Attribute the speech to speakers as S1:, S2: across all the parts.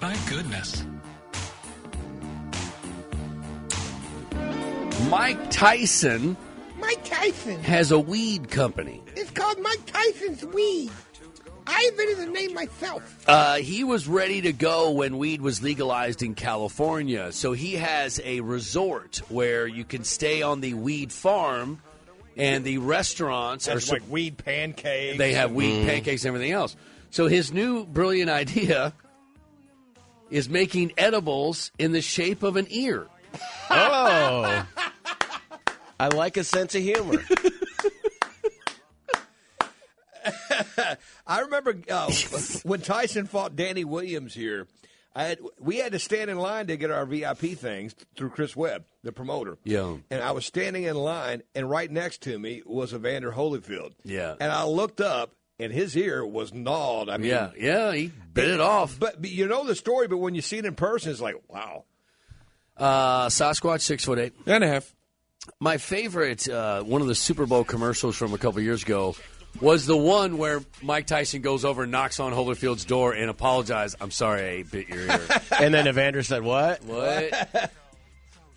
S1: My goodness.
S2: Mike Tyson
S3: Mike Tyson.
S2: has a weed company.
S3: It's called Mike Tyson's Weed. I invented the name myself.
S2: Uh, he was ready to go when weed was legalized in California. So he has a resort where you can stay on the weed farm, and the restaurants are
S4: That's
S2: sup-
S4: like weed pancakes.
S2: they have weed
S5: Mm.
S2: pancakes and everything else. So his new brilliant idea is making edibles in the shape of an ear.
S4: Oh,
S5: I like a sense of humor.
S4: I remember uh, when Tyson fought Danny Williams here. I had, we had to stand in line to get our VIP things through Chris Webb, the promoter.
S2: Yeah.
S4: And I was standing in line, and right next to me was Evander Holyfield.
S2: Yeah.
S4: And I looked up, and his ear was gnawed. I mean,
S2: Yeah, yeah, he bit it off.
S4: But, but you know the story, but when you see it in person, it's like, wow.
S2: Uh, Sasquatch six foot eight.
S5: and a half.
S2: My favorite, uh, one of the Super Bowl commercials from a couple years ago, was the one where Mike Tyson goes over and knocks on Holyfield's door and apologizes. I'm sorry I bit your ear.
S5: And then Evander said, "What?
S2: what?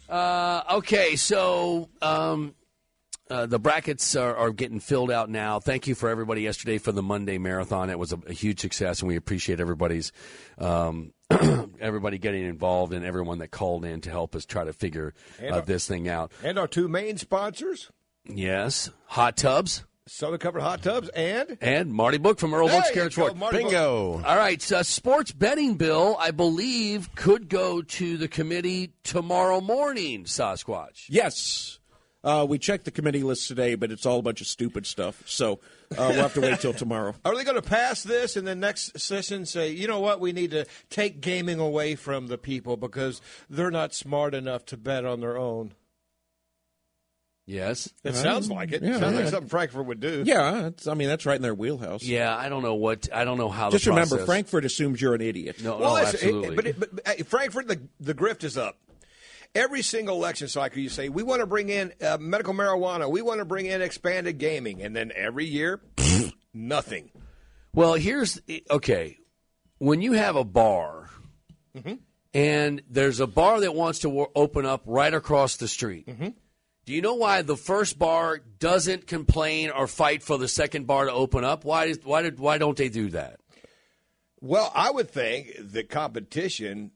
S2: Uh, okay, so um, uh, the brackets are, are getting filled out now. Thank you for everybody yesterday for the Monday marathon. It was a, a huge success, and we appreciate everybody's um, everybody getting involved and everyone that called in to help us try to figure uh, this thing out.
S4: And our two main sponsors,
S2: Yes, hot tubs.
S4: Southern Covered Hot Tubs and
S2: And Marty Book from Earl
S4: There
S2: Book's
S4: you
S2: Carriage
S4: go,
S2: Fork.
S4: Marty
S5: Bingo."
S2: All right, so sports betting bill, I believe, could go to the committee tomorrow morning, Sasquatch.
S5: Yes. Uh, we checked the committee list today, but it's all a bunch of stupid stuff. So uh, we'll have to wait till tomorrow.
S4: Are they going to pass this and then next session say, you know what, we need to take gaming away from the people because they're not smart enough to bet on their own?
S2: Yes. Uh-huh.
S4: It sounds like it.
S5: yeah,
S4: sounds like
S5: yeah.
S4: something Frankfurt would do.
S5: Yeah, it's, I mean that's right in their wheelhouse.
S2: Yeah, I don't know what I don't know how.
S5: Just
S2: the
S5: remember,
S2: process-
S5: Frankfurt assumes you're an idiot.
S2: No,
S4: Well,
S2: no,
S4: it's- it-
S2: absolutely.
S4: but, it, but uh, Frankfurt, the, the grift is up. Every single election cycle, you say, we want to bring in uh, medical marijuana, we want to bring in expanded gaming. And then every year, nothing.
S2: well, here's okay. When you have a bar, and there's a bar that wants to wo- open up right across the street. Do you know why the first bar doesn't complain or fight for the second bar to open up? Why? is- Why did? Why don't they do that?
S4: Well, I would think the competition.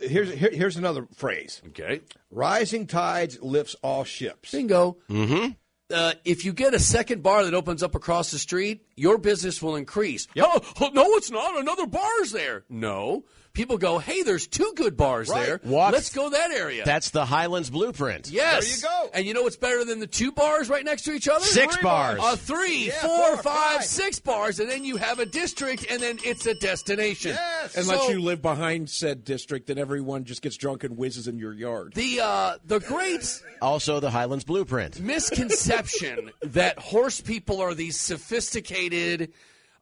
S4: Here's here, here's another phrase:
S2: Okay.
S4: rising tides lifts all ships.
S2: Bingo. Mm-hmm. Uh, if you get a second bar that opens up across the street, your business will increase. Oh, oh, no, it's not. Another bar's there. No. People go, hey, there's two good bars
S4: Right.
S2: there.
S5: What?
S2: Let's go that area.
S5: That's the Highlands blueprint.
S2: yes.
S4: There you go.
S2: And you know what's better than the two bars right next to each other?
S5: Six
S2: Three
S5: bars.
S2: A three,
S4: Yeah,
S2: four,
S4: four,
S2: five,
S4: five.
S2: six bars, and then you have a district, and then it's a destination.
S4: Yes.
S5: Unless
S2: So-
S5: you live behind said district, then everyone just gets drunk and whizzes in your yard.
S2: the uh, the great
S6: Also, the Highlands Blueprint.
S2: misconception that horse people are these sophisticated,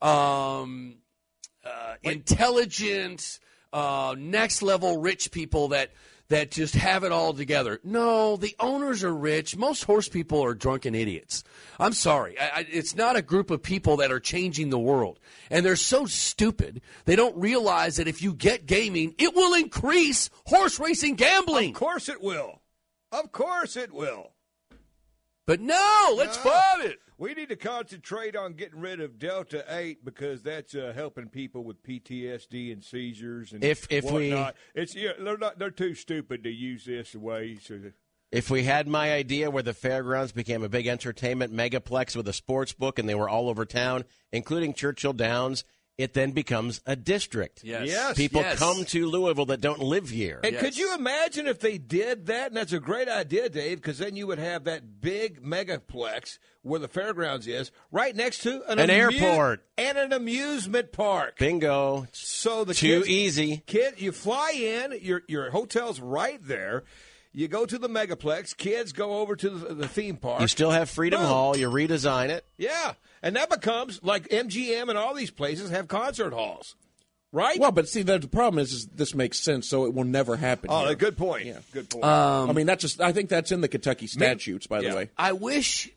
S2: um, uh, intelligent, uh, next level rich people that that just have it all together. No, the owners are rich. Most horse people are drunken idiots. I'm sorry. I, I, it's not a group of people that are changing the world. And they're so stupid, they don't realize that if you get gaming, it will increase horse racing gambling.
S4: Of course it will. Of course it will.
S2: But no, let's
S4: No.
S2: fight it.
S4: We need to concentrate on getting rid of Delta Eight because that's uh, helping people with PTSD and seizures and
S6: If- if we-
S4: whatnot. it's yeah, they're not they're too stupid to use this way. So
S6: If we had my idea where the fairgrounds became a big entertainment megaplex with a sports book and they were all over town, including Churchill Downs it then becomes a district.
S2: Yes.
S4: Yes.
S6: People
S2: Yes.
S6: come to Louisville that don't live here.
S4: And
S2: Yes.
S4: could you imagine if they did that? And that's a great idea, Dave, because then you would have that big megaplex where the fairgrounds is, right next to an,
S6: An
S4: amuse-
S6: airport.
S4: and an amusement park.
S6: Bingo.
S4: So the
S6: Too
S4: kids-
S6: easy.
S4: Kid, you fly in. Your your hotel's right there. You go to the megaplex. Kids go over to the, the theme park.
S6: You still have Freedom
S4: Boom.
S6: Hall. You redesign it.
S4: yeah, and that becomes like MGM and all these places have concert halls, right?
S5: Well, Oh, but see, the, the problem is, is this makes sense, so it will never happen.
S4: oh,
S5: here.
S4: good point. Good point.
S5: I mean, that's just. I think that's in the Kentucky statutes, by
S4: yeah.
S5: the way.
S2: I wish.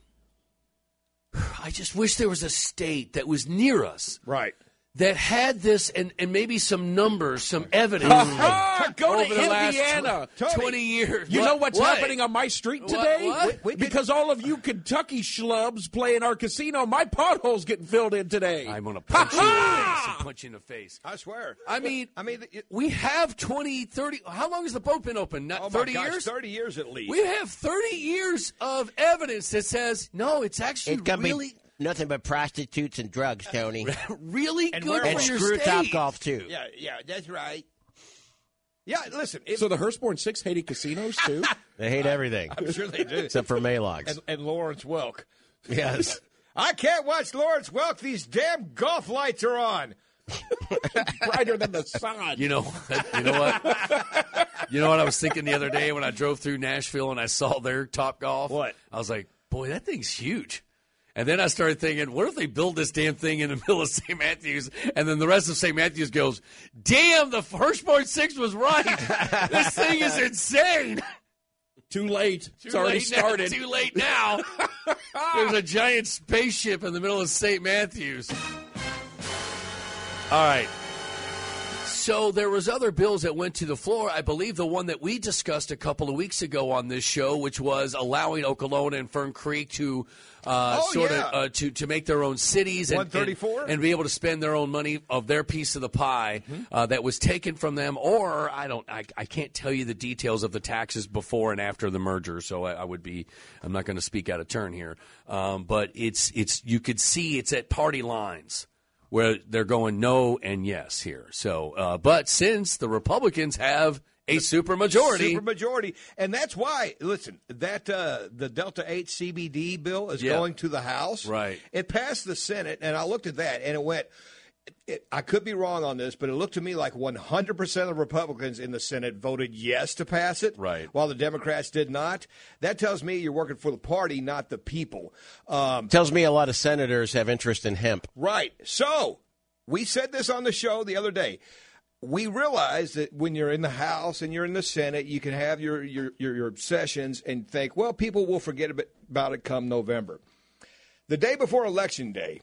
S2: I just wish there was a state that was near us
S4: right.
S2: that had this and, and maybe some numbers, some evidence. Like,
S5: Go to
S2: over the last
S5: Indiana,
S2: tw-
S4: Tony.
S2: 20 years.
S5: You
S2: What-
S5: know what's
S2: what?
S5: happening on my street
S2: What-
S5: today?
S2: what?
S4: We- we-
S5: because all of you Kentucky schlubs play in our casino, my pothole's getting filled in today.
S2: I'm going to punch you in the face and punch you in the face.
S4: I swear.
S2: I mean,
S4: I mean, it-
S2: we have 20, 30. How long has the boat been open? Not
S4: oh my
S2: 30
S4: gosh,
S2: years?
S4: Thirty years at least.
S2: We have 30 years of evidence that says, no, it's actually
S6: It's gonna
S2: really,
S6: be nothing but prostitutes and drugs, Tony.
S2: really
S4: And
S2: good
S4: where
S2: for
S6: and
S4: was-
S2: your
S6: screw
S2: state.
S6: Top Golf too.
S4: yeah, yeah, that's right. Yeah, listen. If,
S5: so the Hurstbourne Six hated casinos too.
S6: They hate everything
S4: I'm sure they do.
S6: except for Malogs.
S4: and, and Lawrence Welk.
S6: yes.
S4: I can't watch Lawrence Welk. These damn golf lights are on.
S5: brighter than the sun.
S2: You know, you know what? You know what I was thinking the other day when I drove through Nashville and I saw their Top Golf.
S4: What?
S2: I was like, boy, that thing's huge. And then I started thinking, what if they build this damn thing in the middle of St. Matthews, and then the rest of St. Matthews goes, "Damn, the firstborn six was right. this thing is insane."
S5: Too late. it's
S2: Too
S5: already
S2: late now-
S5: started.
S2: too late now. There's a giant spaceship in the middle of St. Matthews. All right. So there was other bills that went to the floor. I believe the one that we discussed a couple of weeks ago on this show, which was allowing Okolona and Fern Creek to uh,
S4: Oh,
S2: sort
S4: yeah.
S2: of uh, to to make their own cities and, and-
S4: 134?
S2: and, be able to spend their own money of their piece of the pie uh, that was taken from them. Or I don't, I, I can't tell you the details of the taxes before and after the merger. So I, I would be, I'm not going to speak out of turn here. Um, but it's it's you could see it's at party lines where they're going no and yes here. So, uh, but since the Republicans have a supermajority,
S4: Super majority, and that's why. Listen, that uh, the Delta Eight CBD bill is
S2: Yeah.
S4: going to the House.
S2: Right.
S4: It passed the Senate, and I looked at that, and it went. It, I could be wrong on this, but it looked to me like 100% of Republicans in the Senate voted yes to pass it,
S2: Right.
S4: While the Democrats did not. That tells me you're working for the party, not the people. Um,
S6: Tells me a lot of senators have interest in hemp.
S4: Right. So we said this on the show the other day. We realize that when you're in the House and you're in the Senate, you can have your your your, your sessions and think, well, people will forget a bit about it come November. The day before election day,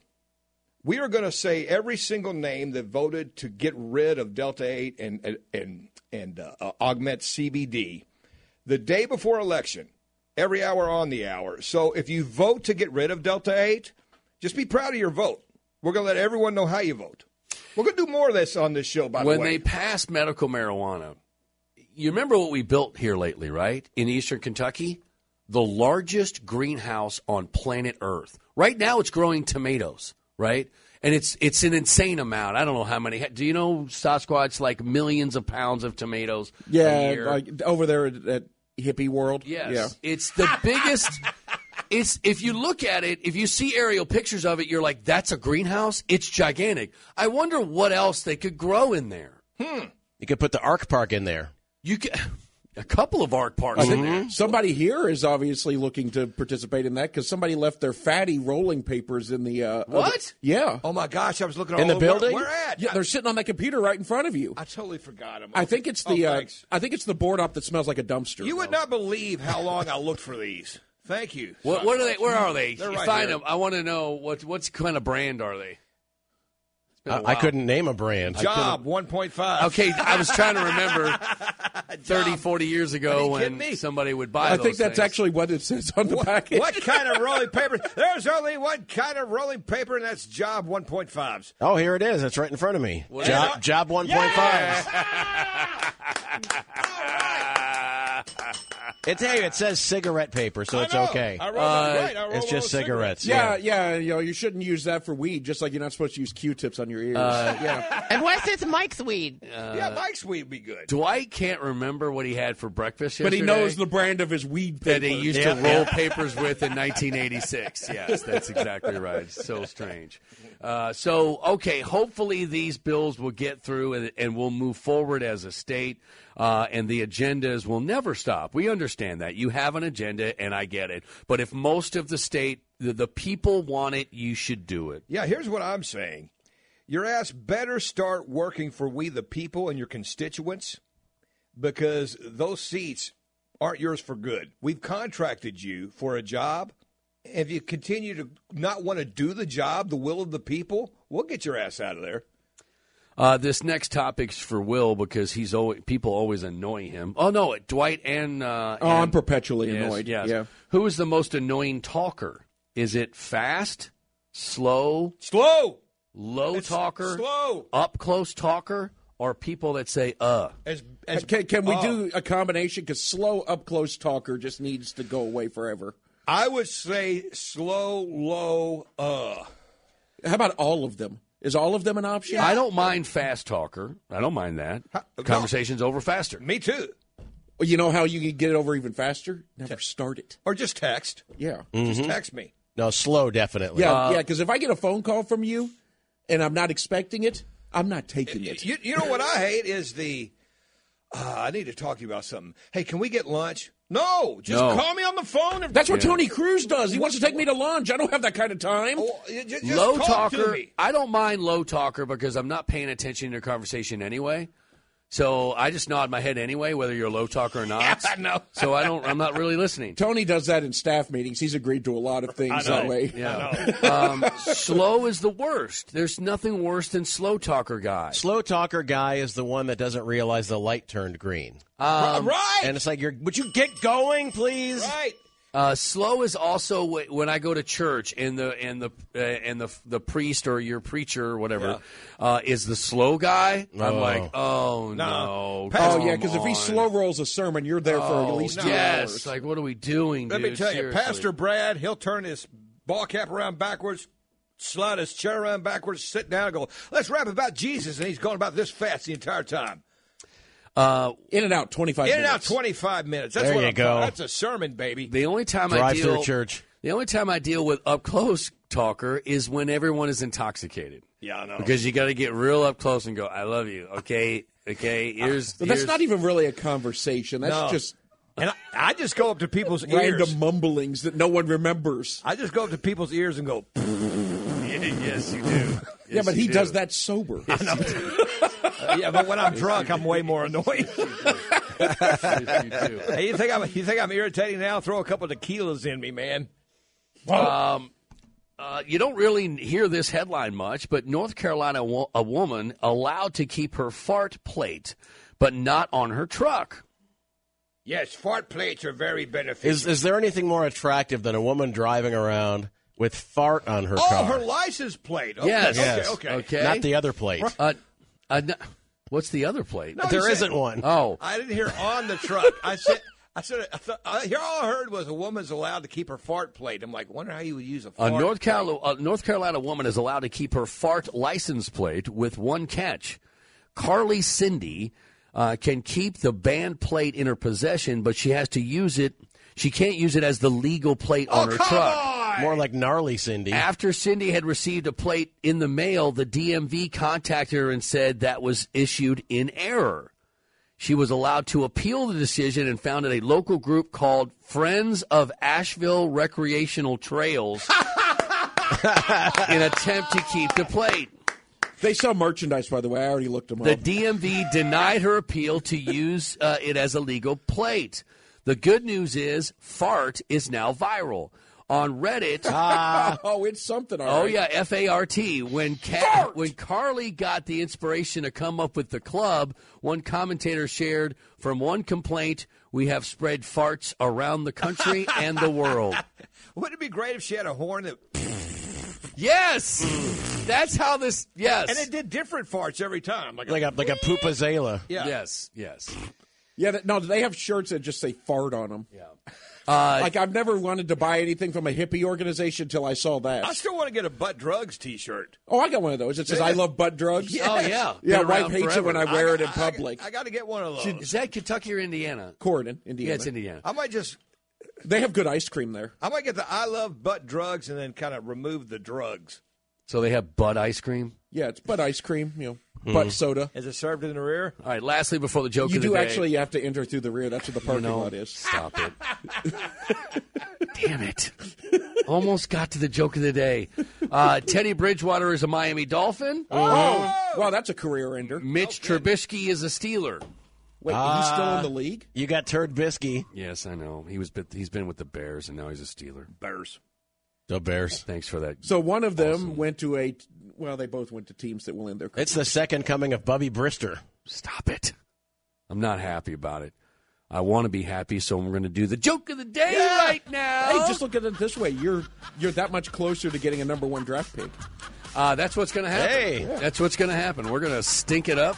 S4: we are going to say every single name that voted to get rid of Delta Eight and and and, and uh, augment CBD the day before election, every hour on the hour. So if you vote to get rid of Delta 8, just be proud of your vote. We're going to let everyone know how you vote. We're going to do more of this on this show, by
S2: when
S4: the way.
S2: they passed medical marijuana, you remember what we built here lately, right? In eastern Kentucky? The largest greenhouse on planet Earth. Right now it's growing tomatoes, right? And it's it's an insane amount. I don't know how many. Do you know Sasquatch like millions of pounds of tomatoes? a
S5: Yeah,
S2: year?
S5: like over there at, at Hippie World.
S2: Yes.
S5: Yeah.
S2: It's the biggest. It's if you look at it, if you see aerial pictures of it, you're like, that's a greenhouse. It's gigantic. I wonder what else they could grow in there.
S6: You could put the Ark Park in there.
S2: You can, a couple of arc parks
S5: Mm-hmm.
S2: in there.
S4: Mm-hmm.
S5: Somebody here is obviously looking to participate in that because somebody left their fatty rolling papers in the. Uh,
S2: What?
S5: other- yeah.
S4: oh, my gosh. I was looking all
S6: In the
S4: over.
S6: building?
S4: Where, where at?
S5: yeah. They're sitting on that computer right in front of you.
S4: I, I totally forgot him.
S5: I think it's the.
S4: Oh,
S5: uh,
S4: thanks.
S5: I think it's the board op that smells like a dumpster.
S4: you would not believe how long I looked for these. Thank you.
S2: What, what are they? Where are they?
S4: They're right
S2: Find
S4: here.
S2: them. I want to know what what kind of brand are they. It's been a
S6: I, I
S2: while.
S6: couldn't name a brand.
S4: Job 1.5.
S2: Okay, I was trying to remember 30, 40 years ago
S4: Are you kidding
S2: when
S4: me?
S2: somebody would buy.
S5: I
S2: those
S5: think that's
S2: things.
S5: actually what it says on the package.
S4: What kind of rolling paper? There's only one kind of rolling paper, and that's job 1.5s.
S6: Oh, here it is. It's right in front of me. Job, job 1.5. It's hey, it says cigarette paper, so it's
S4: I know.
S6: okay. Uh,
S4: I rolled out right. I rolled
S6: It's
S4: all
S6: just
S4: the cigarettes.
S6: cigarettes.
S5: Yeah, yeah, you know, you shouldn't use that for weed, just like you're not supposed to use Q-tips on your ears. yeah,
S7: And what's this Mike's weed?
S4: yeah, Mike's weed would be good.
S2: Dwight can't remember what he had for breakfast
S5: but
S2: yesterday.
S5: he knows the brand of his weed paper.
S2: that he used
S6: Yeah,
S2: to roll papers with in 1986. Yes, that's exactly right. So strange. Uh, so okay, hopefully these bills will get through and, and we'll move forward as a state. Uh, and the agendas will never stop. We understand that you have an agenda, and I get it. But if most of the state, the, the people want it, you should do it.
S4: Yeah, here's what I'm saying. Your ass better start working for we the people and your constituents because those seats aren't yours for good. We've contracted you for a job. If you continue to not want to do the job, the will of the people, we'll get your ass out of there.
S2: Uh, this next topic's for Will because he's always, people always annoy him. Oh no, Dwight and uh,
S5: Oh,
S2: and-
S5: I'm perpetually
S2: Yes,
S5: annoyed.
S2: Yes.
S5: Yeah.
S2: Who is the most annoying talker? Is it fast, slow,
S4: Slow.
S2: low
S4: It's
S2: talker,
S4: slow.
S2: up close talker, or people that say "uh"?
S4: As, as oh. uh,
S5: Can, can we do a combination? Because slow, up close talker just needs to go away forever.
S4: I would say slow, low, uh.
S5: How about all of them? Is all of them an option?
S2: I don't mind fast talker. I don't mind that.
S4: no.
S2: Conversation's over faster.
S4: Me too.
S5: Well, You know how you can get it over even faster? Never start it.
S4: Or just text.
S5: Yeah.
S4: Just text me.
S6: No, slow definitely. Uh,
S5: Yeah, yeah, because if I get a phone call from you and I'm not expecting it, I'm not taking it.
S4: You, you know what I hate is the. Uh, I need to talk to you about something. Hey, can we get lunch? No, just
S2: No.
S4: call me on the phone. If,
S5: That's what Tony Cruz does. He wants to take me to lunch. I don't have that kind of time.
S4: oh, you ju- just
S2: low
S4: talk
S2: talker.
S4: To me.
S2: I don't mind low talker because I'm not paying attention to your conversation anyway. So I just nod my head anyway, whether you're a low talker or not.
S4: I know.
S2: So I don't. I'm not really listening.
S5: Tony does that in staff meetings. He's agreed to a lot of things that way.
S2: Yeah. Um, slow is the worst. There's nothing worse than slow talker guy.
S6: Slow talker guy is the one that doesn't realize the light turned green.
S4: right,
S6: and it's like you're would you get going, please?
S4: right.
S2: Uh, slow is also wh- when I go to church and the and the uh, and the the priest or your preacher or whatever uh, is the slow guy. I'm like, oh no,
S4: Pass-
S5: Oh yeah, because if
S2: come
S5: he
S2: on.
S5: slow rolls a sermon, you're there
S2: Oh.
S5: for at least two
S2: yes,
S5: hours.
S2: like what are we doing?
S4: Let
S2: dude?
S4: me tell you,
S2: Seriously.
S4: Pastor Brad, he'll turn his ball cap around backwards, slide his chair around backwards, sit down, and go, "Let's rap about Jesus," and he's going about this fast the entire time.
S5: in and out, twenty five.
S4: In and out, twenty-five minutes. That's
S6: There
S4: what
S6: you
S4: I'm talking-
S6: go.
S4: That's a sermon, baby.
S2: The only time I
S6: Drive
S2: deal
S6: through church.
S2: The only time I deal with up close talker is when everyone is intoxicated.
S4: Yeah, I know.
S2: Because you got to get real up close and go, "I love you." Okay, okay. Here's,
S5: But that's
S2: here's-
S5: not even really a conversation. That's
S4: No.
S5: just
S4: And I, I just go up to people's ears.
S5: random mumblings that no one remembers.
S4: I just go up to people's ears and go.
S2: yes, you do.
S5: yeah,
S2: Yes,
S5: but
S2: you
S5: he
S2: do.
S5: does that sober.
S4: Yeah, but when I'm drunk, I'm way more annoying.
S2: Yes, you do.
S4: hey, you think I'm you think I'm irritating now? Throw a couple tequilas in me, man.
S2: Uh, you don't really hear this headline much, but North Carolina wo- a woman allowed to keep her fart plate, but not on her truck.
S4: Yes, fart plates are very beneficial.
S6: Is is there anything more attractive than a woman driving around with fart on her
S4: oh,
S6: car?
S4: her license plate. Okay,
S2: Yes.
S4: okay,
S6: Yes.
S4: okay.
S2: Okay.
S6: Not the other plate.
S2: Uh, uh, no- what's the other plate?
S4: No,
S6: There
S4: he
S6: isn't
S4: said-
S6: one.
S2: Oh,
S4: I didn't hear on the truck. I said. I said, I thought, I, here all I heard was a woman's allowed to keep her fart plate. I'm like, wonder how you would use a
S2: a
S4: fart
S2: North,
S4: plate.
S2: Carolina, a North Carolina woman is allowed to keep her fart license plate with one catch. Carly Cindy uh, can keep the banned plate in her possession, but she has to use it. She can't use it as the legal plate on
S4: Oh,
S2: her
S4: come
S2: truck.
S4: on!
S6: More like gnarly Cindy.
S2: After Cindy had received a plate in the mail, the DMV contacted her and said that was issued in error. She was allowed to appeal the decision and founded a local group called Friends of Asheville Recreational Trails in attempt to keep the plate.
S5: they sell merchandise, by the way. I already looked them
S2: The
S5: up.
S2: DMV denied her appeal to use uh, it as a legal plate. The good news is, fart is now viral. On Reddit,
S5: oh, it's something. all
S2: Oh
S5: right.
S2: yeah, F A R T. When Ca- when Carly got the inspiration to come up with the club, one commentator shared, "From one complaint, we have spread farts around the country and the world."
S4: Wouldn't it be great if she had a horn that
S2: Yes, that's how this. Yes,
S4: and it did different farts every time? Like, a-
S6: like a like a poopazela.
S4: yeah.
S2: yes, yes.
S5: Yeah, th- no, they have shirts that just say fart on them. Yeah.
S2: Uh,
S5: like I've never wanted to buy anything from a hippie organization until I saw that.
S4: I still want to get a butt drugs T-shirt.
S5: oh, I got one of those. It says "I love butt drugs."
S2: Oh, yeah.
S5: yeah.
S2: Been
S5: Wife
S2: around
S5: hates it
S2: forever.
S5: when I wear it in public.
S4: I, got to get one of those.
S2: Is that Kentucky or Indiana?
S5: Corydon, Indiana.
S2: Yeah, it's Indiana.
S4: I might just.
S5: They have good ice cream there.
S4: I might get the I love butt drugs and then kind of remove the drugs.
S2: So they have Bud ice cream.
S5: Yeah, it's butt ice cream. You know, butt soda.
S4: Is it served in the rear?
S2: All right. Lastly, before the joke
S5: You
S2: of Hmm. the
S5: do
S2: day-
S5: actually have to enter through the rear. That's what the parking lot is.
S2: Stop it. Damn it. Almost got to the joke of the day. Uh, Teddy Bridgewater is a Miami Dolphin.
S5: Oh, wow, that's a career ender.
S2: Mitch Trubisky is a Steeler.
S5: Wait, he's still
S2: Ah.
S5: in the league?
S6: You got Turd Bisky.
S2: Yes, I know. He was bit- he's been with the Bears and now he's a Steeler.
S4: Bears.
S6: The Bears.
S2: Thanks for that.
S5: So one of them went to a. Well, they both went to teams that will end their. career.
S6: It's the second coming of Bubby Brister.
S2: Stop it. I'm not happy about it. I want to be happy, so we're going to do the joke of the day right now.
S5: Hey, just look at it this way. You're you're that much closer to getting a number one draft pick.
S2: Uh, that's what's going to happen.
S6: Hey.
S2: That's what's going to happen. We're going to stink it up.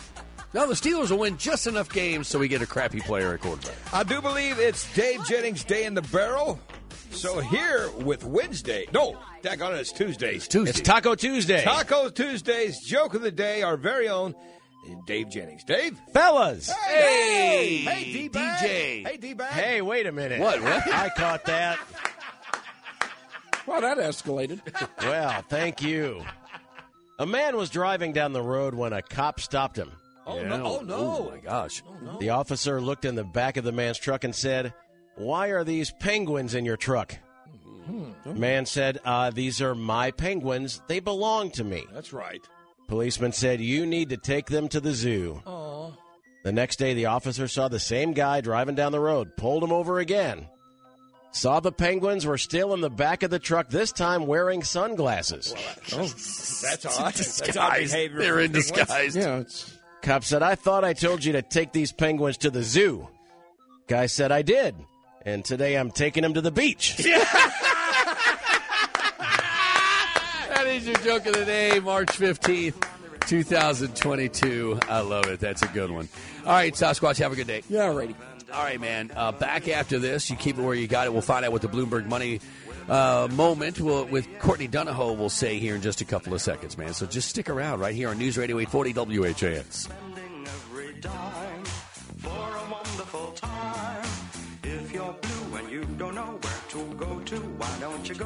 S2: No, the Steelers will win just enough games so we get a crappy player at quarterback.
S4: I do believe it's Dave Jennings' day in the barrel. So here with Wednesday. No, that on it's Tuesdays.
S2: Tuesday.
S6: It's Taco Tuesday.
S4: Taco Tuesdays. Joke of the day. Our very own Dave Jennings. Dave.
S6: Fellas.
S2: Hey!
S4: Hey, D
S2: DJ.
S4: Hey, D bag.
S6: Hey, wait a minute.
S2: What, what?
S6: I caught that.
S5: Wow, that escalated.
S6: Well, thank you. A man was driving down the road when a cop stopped him.
S4: Oh, no. Oh, no.
S2: my gosh.
S6: The officer looked in the back of the man's truck and said, Why are these penguins in your truck?
S4: Hmm.
S6: The Man said, uh, These are my penguins. They belong to me.
S4: That's right.
S6: Policeman said, You need to take them to the zoo. The next day, the officer saw the same guy driving down the road, pulled him over again. Saw the penguins were still in the back of the truck, this time wearing sunglasses.
S4: That's odd. That's odd behavior.
S2: They're in disguise.
S5: yeah, it's
S6: Cop said, I thought I told you to take these penguins to the zoo. Guy said, I did. And today I'm taking them to the beach.
S2: That is your joke of the day, March 15th, 2022. I love it. That's a good one. All right, Sasquatch, have a good day.
S5: yeah, alrighty.
S2: All right, man. Uh, back after this, you keep it where you got it. We'll find out what the Bloomberg Money uh, moment will, with Courtney Donahoe will say here in just a couple of seconds, man. So just stick around right here on News Radio 840 WHAS.
S7: spending every dime for a wonderful time. If you're blue and you don't know where to go to, why don't you go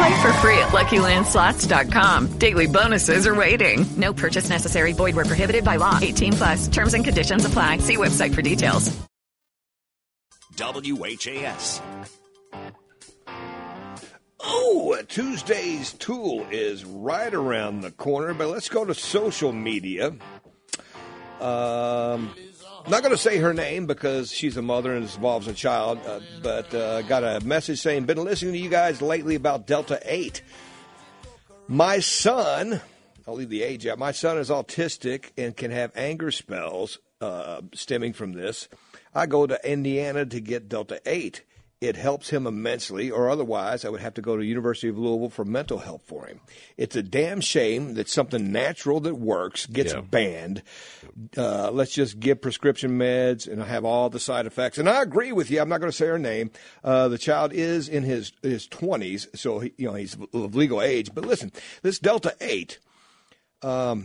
S8: Play for free at LuckyLandSlots.com. Daily bonuses are waiting. No purchase necessary. Void were prohibited by law. 18 plus. Terms and conditions apply. See website for details.
S9: WHAS.
S4: Oh, Tuesday's tool is right around the corner, but let's go to social media. Um, not going to say her name because she's a mother and this involves a child, uh, but uh, got a message saying, Been listening to you guys lately about Delta 8. My son, I'll leave the age out, my son is autistic and can have anger spells uh, stemming from this. I go to Indiana to get Delta 8. It helps him immensely, or otherwise I would have to go to University of Louisville for mental help for him. It's a damn shame that something natural that works gets banned. Uh, let's just give prescription meds and have all the side effects. And I agree with you. I'm not going to say her name. Uh, the child is in his his 20s, so he, you know he's of legal age. But listen, this Delta 8. I,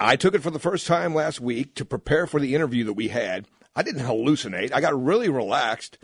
S4: I took it for the first time last week to prepare for the interview that we had. I didn't hallucinate. I got really relaxed.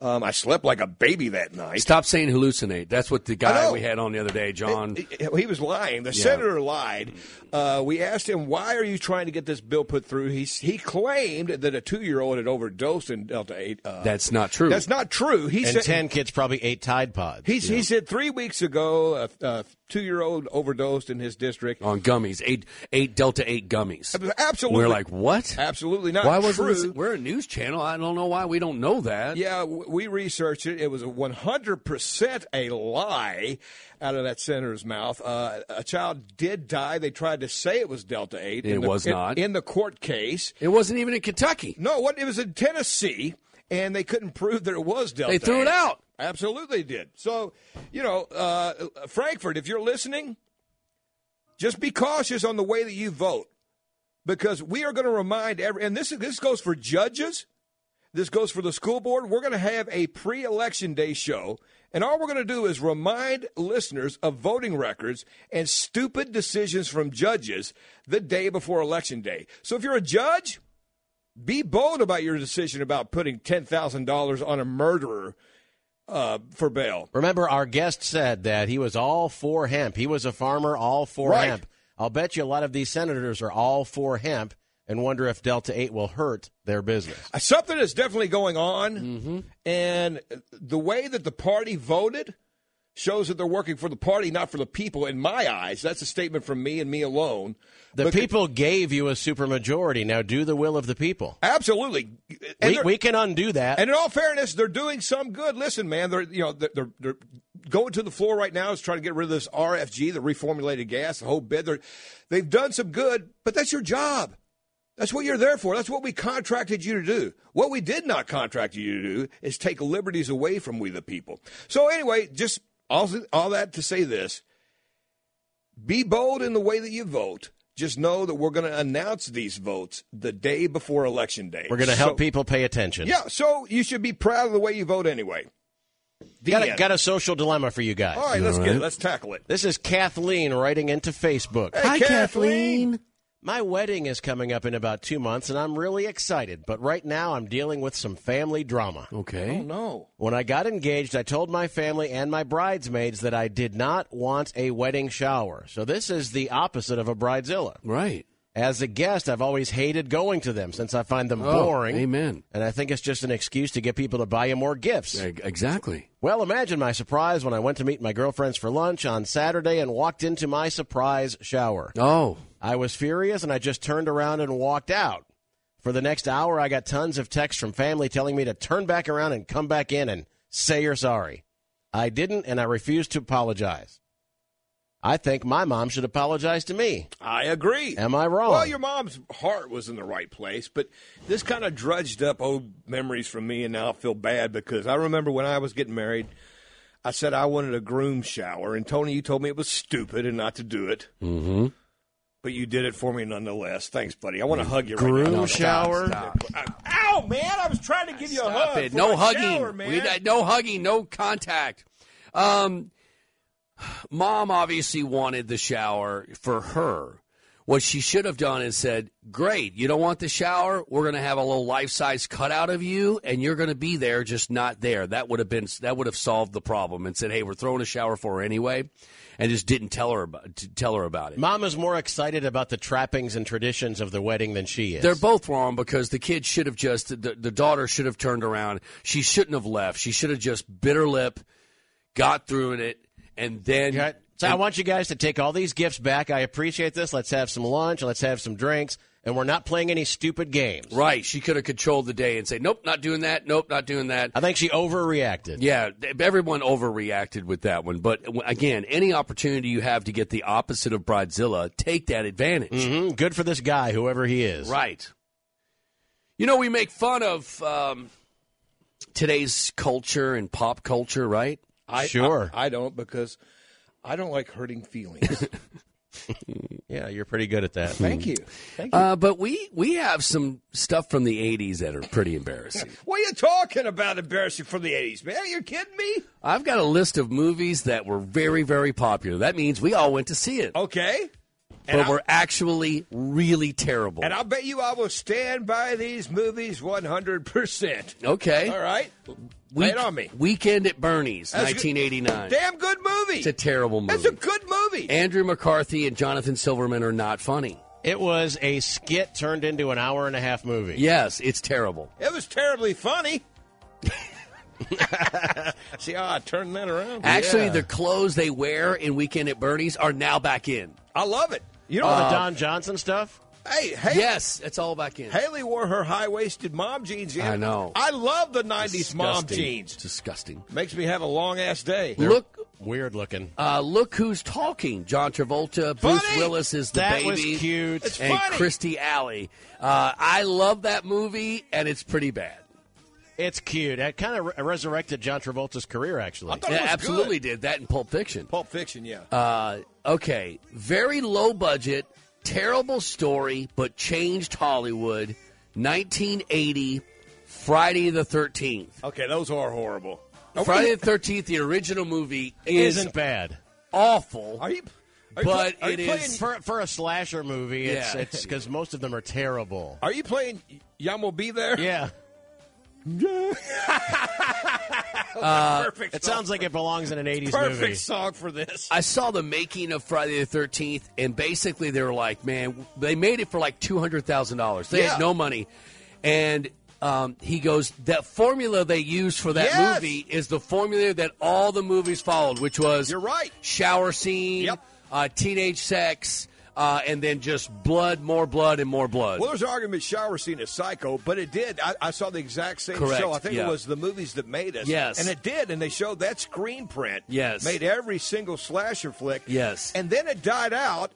S4: Um, I slept like a baby that night.
S2: Stop saying hallucinate. That's what the guy
S4: know.
S2: we had on the other day, John.
S4: He was lying. The senator lied. Uh, we asked him, "Why are you trying to get this bill put through?" He he claimed that a two-year-old had overdosed in Delta Eight. Uh,
S2: That's not true.
S4: that's not true. He
S6: And
S4: said
S6: 10 kids probably ate Tide Pods.
S4: He, he said three weeks ago, uh, uh, two year old overdosed in his district.
S2: on gummies, eight eight Delta eight gummies.
S4: Absolutely.
S2: We're like, what?
S4: Absolutely not
S2: Why wasn't
S4: true.
S2: this- We're a news channel. I don't know why we don't know that.
S4: Yeah, w- we researched it. It was a 100% a lie out of that senator's mouth. Uh, a child did die. They tried to say it was Delta 8.
S2: It
S4: in the-
S2: was
S4: in-
S2: not.
S4: In the court case.
S2: It wasn't even in Kentucky.
S4: No, what, it was in Tennessee, and they couldn't prove that it was Delta
S2: They threw it
S4: 8.
S2: out.
S4: Absolutely did. So, you know, uh, Frankfurt, if you're listening, just be cautious on the way that you vote because we are going to remind every and this is, this goes for judges this goes for the school board we're going to have a pre-election day show and all we're going to do is remind listeners of voting records and stupid decisions from judges the day before election day so if you're a judge be bold about your decision about putting $10,000 on a murderer uh, for bail
S6: Remember, our guest said that he was all for hemp. He was a farmer, all for
S4: Right.
S6: hemp. I'll bet you a lot of these senators are all for hemp and wonder if Delta 8 will hurt their business.
S4: Uh, Something is definitely going on,
S6: Mm-hmm.
S4: and the way that the party voted shows that they're working for the party, not for the people. In my eyes, that's a statement from me and me alone.
S6: The
S4: Because-
S6: people gave you a supermajority. Now do the will of the people.
S4: absolutely, and
S6: We,
S4: they're-
S6: we can undo that.
S4: and in all fairness, they're doing some good. Listen, man, they're you know they're, they're, they're going to the floor right now is trying to get rid of this RFG, the reformulated gas, the whole bid. They're, they've done some good, but that's your job. That's what you're there for. That's what we contracted you to do. What we did not contract you to do is take liberties away from we the people. So anyway, just all, all that to say this be bold in the way that you vote. Just know that we're going to announce these votes the day before election day.
S6: We're going to
S4: So-
S6: help people pay attention.
S4: yeah, so you should be proud of the way you vote anyway. The
S6: Got a,
S4: end.
S6: got a social dilemma for you guys.
S4: All right, let's get it. Let's tackle it.
S6: This is Kathleen writing into Facebook.
S4: Hey, Hi, Kathleen.
S6: My wedding is coming up in about two months, and I'm really excited. But right now, I'm dealing with some family drama.
S2: Okay.
S4: Oh, no.
S6: When I got engaged, I told my family and my bridesmaids that I did not want a wedding shower. So this is the opposite of a bridezilla.
S2: Right.
S6: As a guest, I've always hated going to them since I find them
S2: Oh,
S6: boring.
S2: Amen.
S6: And I think it's just an excuse to get people to buy you more gifts.
S2: E- Exactly.
S6: Well, imagine my surprise when I went to meet my girlfriends for lunch on Saturday and walked into my surprise shower.
S2: Oh.
S6: I was furious and I just turned around and walked out. For the next hour, I got tons of texts from family telling me to turn back around and come back in and say you're sorry. I didn't, and I refused to apologize. I think my mom should apologize to me.
S4: I agree.
S6: Am I wrong?
S4: Well, your mom's heart was in the right place, but this kind of drudged up old memories from me, and now I feel bad because I remember when I was getting married, I said I wanted a groom shower, and Tony, you told me it was stupid and not to do it,
S2: Mm-hmm.
S4: but you did it for me nonetheless. Thanks, buddy. I want to hug you right
S6: Groom
S4: now.
S6: shower?
S4: Ow, man! I was trying to give you a
S2: Stop
S4: hug.
S2: it.
S4: for
S2: No
S4: a
S2: hugging.
S4: shower, man.
S2: We- uh, no hugging. No contact. Um, mom obviously wanted the shower for her. What she should have done is said, "Great, you don't want the shower. We're going to have a little life-size cutout of you, and you're going to be there, just not there." That would have been that would have solved the problem. And said, "Hey, we're throwing a shower for her anyway," and just didn't tell her about to tell her about it.
S6: Mom is more excited about the trappings and traditions of the wedding than she is.
S2: They're both wrong because the kid should have just the, the daughter should have turned around. She shouldn't have left. She should have just bit her lip, got through in it, and then
S6: Yeah, So I want you guys to take all these gifts back. I appreciate this. Let's have some lunch. Let's have some drinks. And we're not playing any stupid games.
S2: right. She could have controlled the day and say, "Nope, not doing that. Nope, not doing that."
S6: I think she overreacted.
S2: Yeah, th- everyone overreacted with that one. But w- again, any opportunity you have to get the opposite of Bridezilla, take that advantage.
S6: hmm Good for this guy, whoever he is.
S2: Right. You know, we make fun of um, today's culture and pop culture, right?
S4: I,
S6: Sure.
S4: I, I don't because I don't like hurting feelings.
S6: Yeah, you're pretty good at that.
S4: Thank you. Thank you.
S2: Uh, but we we have some stuff from the '80s that are pretty embarrassing.
S4: what are you talking about embarrassing from the 80s, man? You're kidding me?
S2: I've got a list of movies that were very very popular. That means we all went to see
S4: Oh,
S2: it,
S4: Okay.
S2: but were actually really terrible.
S4: And I'll bet you I will stand by these movies 100%.
S2: okay,
S4: All right? Lay
S2: Week-
S4: it on me.
S2: Weekend at Bernie's,
S4: That's a good-
S2: 1989.
S4: Damn good movie.
S2: It's a terrible movie.
S4: That's a good movie.
S2: Andrew McCarthy and Jonathan Silverman are not funny.
S6: It was a skit turned into an hour and a half movie.
S2: Yes, it's terrible.
S4: it was terribly funny. See how I turned that around?
S2: Actually,
S4: Yeah.
S2: the clothes they wear in Weekend at Bernie's are now back in.
S4: I love it. You know
S2: All
S4: what?
S2: the
S6: Don Johnson stuff?
S4: Hey, hey.
S2: Yes, it's all back in.
S4: Haley wore her high waisted mom jeans. In.
S2: I know.
S4: I love the '90s mom
S2: Disgusting.
S4: jeans.
S2: Disgusting.
S4: Makes me have a long ass day.
S2: Look,
S6: Weird looking.
S2: uh, look who's talking. John Travolta, Bruce
S4: Funny.
S2: Willis is the
S6: That
S2: baby,
S6: was cute. It's
S2: and
S6: funny.
S2: Christy Alley. Uh, I love that movie, and it's pretty bad.
S6: It's cute. It kind of re- resurrected John Travolta's career, actually.
S2: Yeah, absolutely did that in Pulp Fiction.
S4: Pulp Fiction, yeah.
S2: Uh, okay, very low budget, terrible story, but changed Hollywood. 1980, Friday the 13th.
S4: Okay, those are horrible.
S2: Friday the 13th, the original movie, is
S6: Isn't bad.
S2: awful.
S4: Are you? Are
S2: But
S4: you, pla- are
S2: it
S4: you playing,
S2: is-
S6: For, for a slasher movie, it's
S2: Yeah.
S6: it's because most of them are terrible.
S4: Are you playing? Y'all be there.
S6: Yeah.
S4: perfect.
S2: Uh,
S6: It
S4: song.
S6: sounds like it belongs in an 80s
S4: perfect
S6: movie.
S4: song for this.
S2: I saw the making of Friday the Thirteenth, and basically they were like, "Man, they made it for like two hundred thousand dollars. They
S4: Yeah.
S2: had no money." And um, he goes, "That formula they used for that
S4: Yes.
S2: movie is the formula that all the movies followed, which was
S4: You're right.
S2: shower scene,
S4: Yep.
S2: uh, teenage sex, uh, and then just blood, more blood, and more blood."
S4: Well, there's an argument shower scene is psycho, but it did. I, I saw the exact same
S2: Correct,
S4: show. I think
S2: yeah.
S4: it was the movies that made us.
S2: Yes.
S4: and it did, and they showed that screen print.
S2: Yes.
S4: made every single slasher flick.
S2: Yes.
S4: and then it died out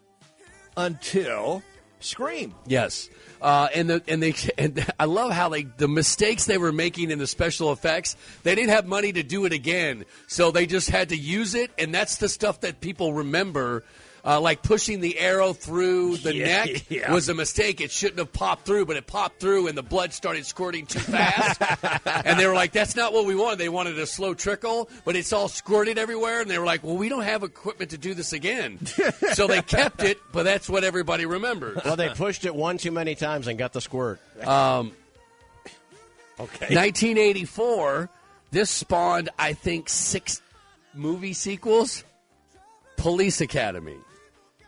S4: until Scream.
S2: Yes, uh, and the and they and I love how they the mistakes they were making in the special effects. They didn't have money to do it again, so they just had to use it, and that's the stuff that people remember. Uh, like pushing the arrow through the
S4: Yeah,
S2: neck
S4: yeah.
S2: was a mistake. It shouldn't have popped through, but it popped through, and the blood started squirting too fast. and they were like, "That's not what we wanted. They wanted a slow trickle, but it's all squirted everywhere." And they were like, "Well, we don't have equipment to do this again." so they kept it, but that's what everybody remembers.
S6: well, they pushed it one too many times and got the squirt.
S2: 1984, this spawned, I think, six movie sequels. Police Academy.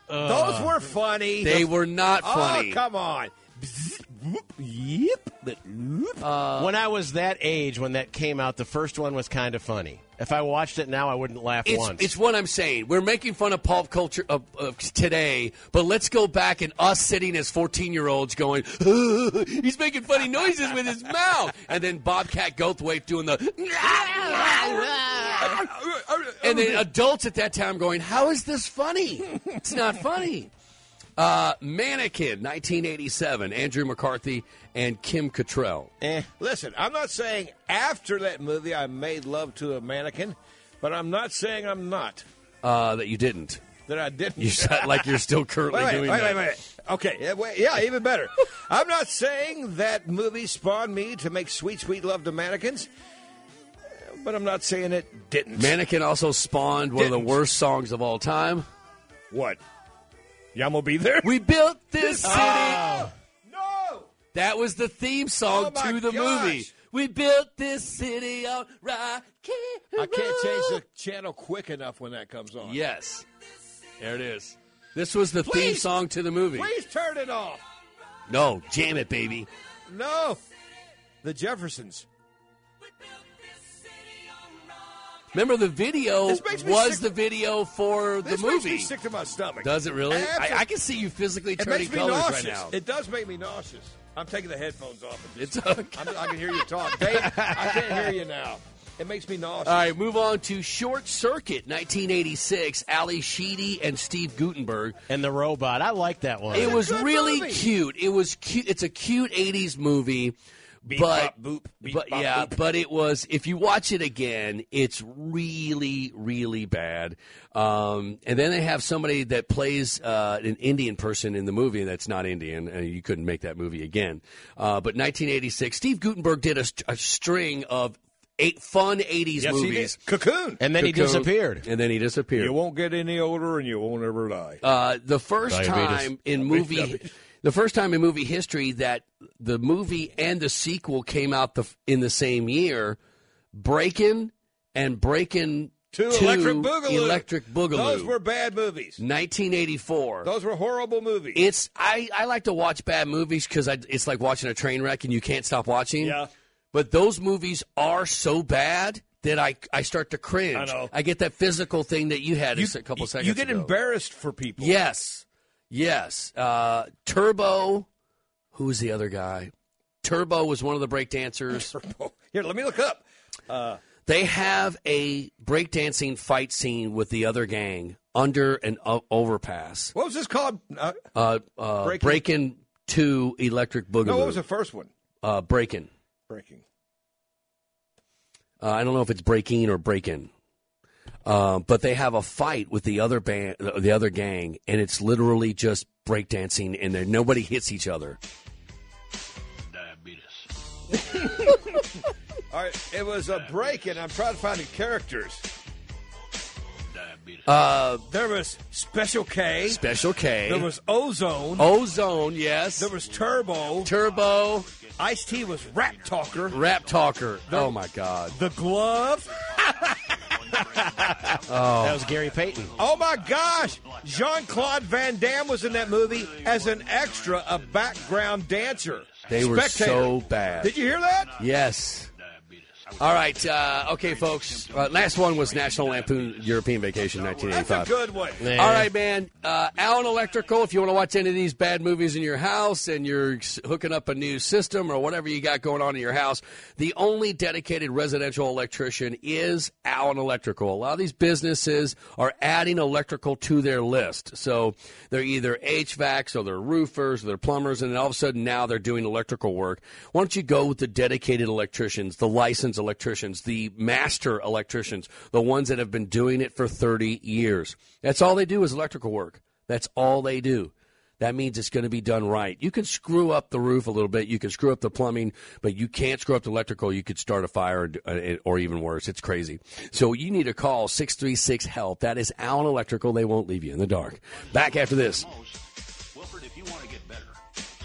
S2: Uh.
S4: Those were funny.
S2: They were not
S4: oh,
S2: funny.
S4: come on. Bzz, whoop, Yep. but whoop.
S6: when I was that age, when that came out, the first one was kind of funny. If I watched it now, I wouldn't laugh
S2: it's,
S6: once.
S2: it's what I'm saying. We're making fun of pop culture of, of today, but let's go back and us sitting as 14 year olds going, he's making funny noises with his mouth. And then Bobcat Goldthwait doing the. and
S4: Oh,
S2: then adults at that time going, "How is this funny? It's not funny." Uh, Mannequin, 1987, Andrew McCarthy and Kim Cattrall.
S4: Eh, Listen, I'm not saying after that movie I made love to a mannequin, but I'm not saying I'm not
S2: Uh, that you didn't.
S4: that I didn't.
S2: You sound like you're still currently
S4: Wait, wait,
S2: doing
S4: wait,
S2: that.
S4: wait, wait. Okay, yeah, wait, yeah, even better. I'm not saying that movie spawned me to make sweet, sweet love to mannequins, but I'm not saying it didn't.
S2: Mannequin also spawned one of the
S4: Didn't.
S2: worst songs of all time.
S4: what? Y'all will be there? Oh,
S2: We built this city.
S4: no!
S2: That was the theme song
S4: Oh, my
S2: to the
S4: gosh.
S2: movie. We built this city on rock.
S4: I can't change the channel quick enough when that comes on.
S2: Yes, there it is. This was the theme
S4: Please.
S2: song to the movie.
S4: Please turn it off.
S2: No, jam it, baby.
S4: No. The Jeffersons.
S2: Remember the video
S4: This makes me
S2: was
S4: sick-
S2: the video for the
S4: this makes
S2: movie.
S4: me sick to my stomach.
S2: Does it really?
S4: Absolutely.
S2: I, I can see you physically
S4: it
S2: turning
S4: makes me
S2: colors
S4: nauseous.
S2: right now.
S4: It does make me nauseous. I'm taking the headphones off. Of this.
S2: it's okay.
S4: I'm, I can hear you talk. Dave, I can't hear you now. It makes me nauseous.
S2: All right, move on to Short Circuit, 1986. Ali Sheedy and Steve Gutenberg.
S6: and the robot, I like that one.
S2: It
S4: a
S2: was
S4: good
S2: really
S4: movie.
S2: cute. It was cute. It's a cute 80s movie. but
S4: bop, boop, beep,
S2: but
S4: bop,
S2: yeah,
S4: boop.
S2: but it was. If you watch it again, it's really, really bad. Um, and then they have somebody that plays uh, an Indian person in the movie that's not Indian, and you couldn't make that movie again. Uh, but 1986, Steve Gutenberg did a, st- a string of eight fun 80s
S4: Yes, he did.
S2: movies.
S4: Cocoon.
S6: and then he
S2: Cocoon,
S6: disappeared.
S2: and then he disappeared.
S4: You won't get any older, and you won't ever die.
S2: Uh, the first
S6: Diabetes.
S2: time in movie, the first time in movie history that the movie and the sequel came out the, in the same year, Breakin' and Breakin'
S4: Two Electric Boogaloo.
S2: Electric Boogaloo,
S4: Those were bad movies.
S2: 1984.
S4: Those were horrible movies.
S2: it's I, I like to watch bad movies because it's like watching a train wreck and you can't stop watching.
S4: Yeah.
S2: But those movies are so bad that I, I start to cringe. I know. I get that physical thing that you had a couple seconds
S4: You get
S2: ago.
S4: embarrassed for people.
S2: Yes. Yes. Uh, Turbo. Who's the other guy? Turbo was one of the breakdancers. Turbo.
S4: Here, let me look up. Uh,
S2: they have a breakdancing fight scene with the other gang under an o- overpass.
S4: What was this called? Uh,
S2: Uh, uh,
S4: Breaking-
S2: breaking. to Electric Boogaloo.
S4: no, what was the first one?
S2: uh, breaking.
S4: Breaking.
S2: Uh, I don't know if it's breaking or breaking. Um, but they have a fight with the other band, the other gang, and it's literally just breakdancing in there. Nobody hits each other.
S4: All right, it was a break, and I'm trying to find the characters.
S2: Uh,
S4: there was Special K.
S2: Special K. Oh.
S4: There was Ozone.
S2: Ozone, yes.
S4: There was Turbo.
S2: Turbo.
S4: Ice T was Rap Talker.
S2: Rap Talker. Oh my God.
S4: The Glove.
S2: Oh.
S6: That was Gary Payton.
S4: Oh my gosh! Jean Claude Van Damme was in that movie as an extra, a background dancer.
S2: They were
S4: Spectator.
S2: so bad.
S4: Did you hear that?
S2: Yes. All right. Uh, okay, folks. Uh, last one was National Lampoon European Vacation, 1985.
S4: good one.
S2: All right, man. Uh, Allen Electrical, if you want to watch any of these bad movies in your house and you're s- hooking up a new system or whatever you got going on in your house, the only dedicated residential electrician is Allen Electrical. A lot of these businesses are adding electrical to their list. So they're either HVACs or they're roofers or they're plumbers, and then all of a sudden now they're doing electrical work. Why don't you go with the dedicated electricians, the licensed electricians, the master electricians, the ones that have been doing it for 30 years? That's all they do is electrical work. That's all they do. That means it's going to be done right. You can screw up the roof a little bit. You can screw up the plumbing, but you can't screw up the electrical. You could start a fire and- uh, or even worse. It's crazy. So you need to call 636 HELP. That is Allen Electrical. They won't leave you in the dark. Back after this.
S10: Wilford, if you want to get better,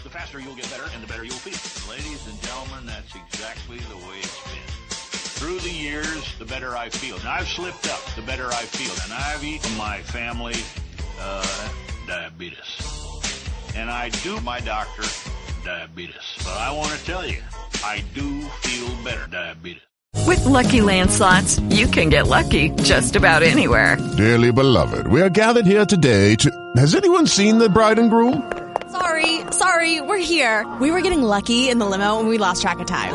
S10: the faster you'll get better and the better you'll feel. Ladies and gentlemen, that's exactly the way it's been. Through the years, the better I feel. And I've slipped up, the better I feel. And I've eaten my family uh, diabetes. And I do my doctor diabetes. But I want to tell you, I do feel better diabetes.
S8: With Lucky Land slots, you can get lucky just about anywhere.
S11: Dearly beloved, we are gathered here today to. Has anyone seen the bride and groom?
S12: Sorry, sorry, we're here. We were getting lucky in the limo and we lost track of time.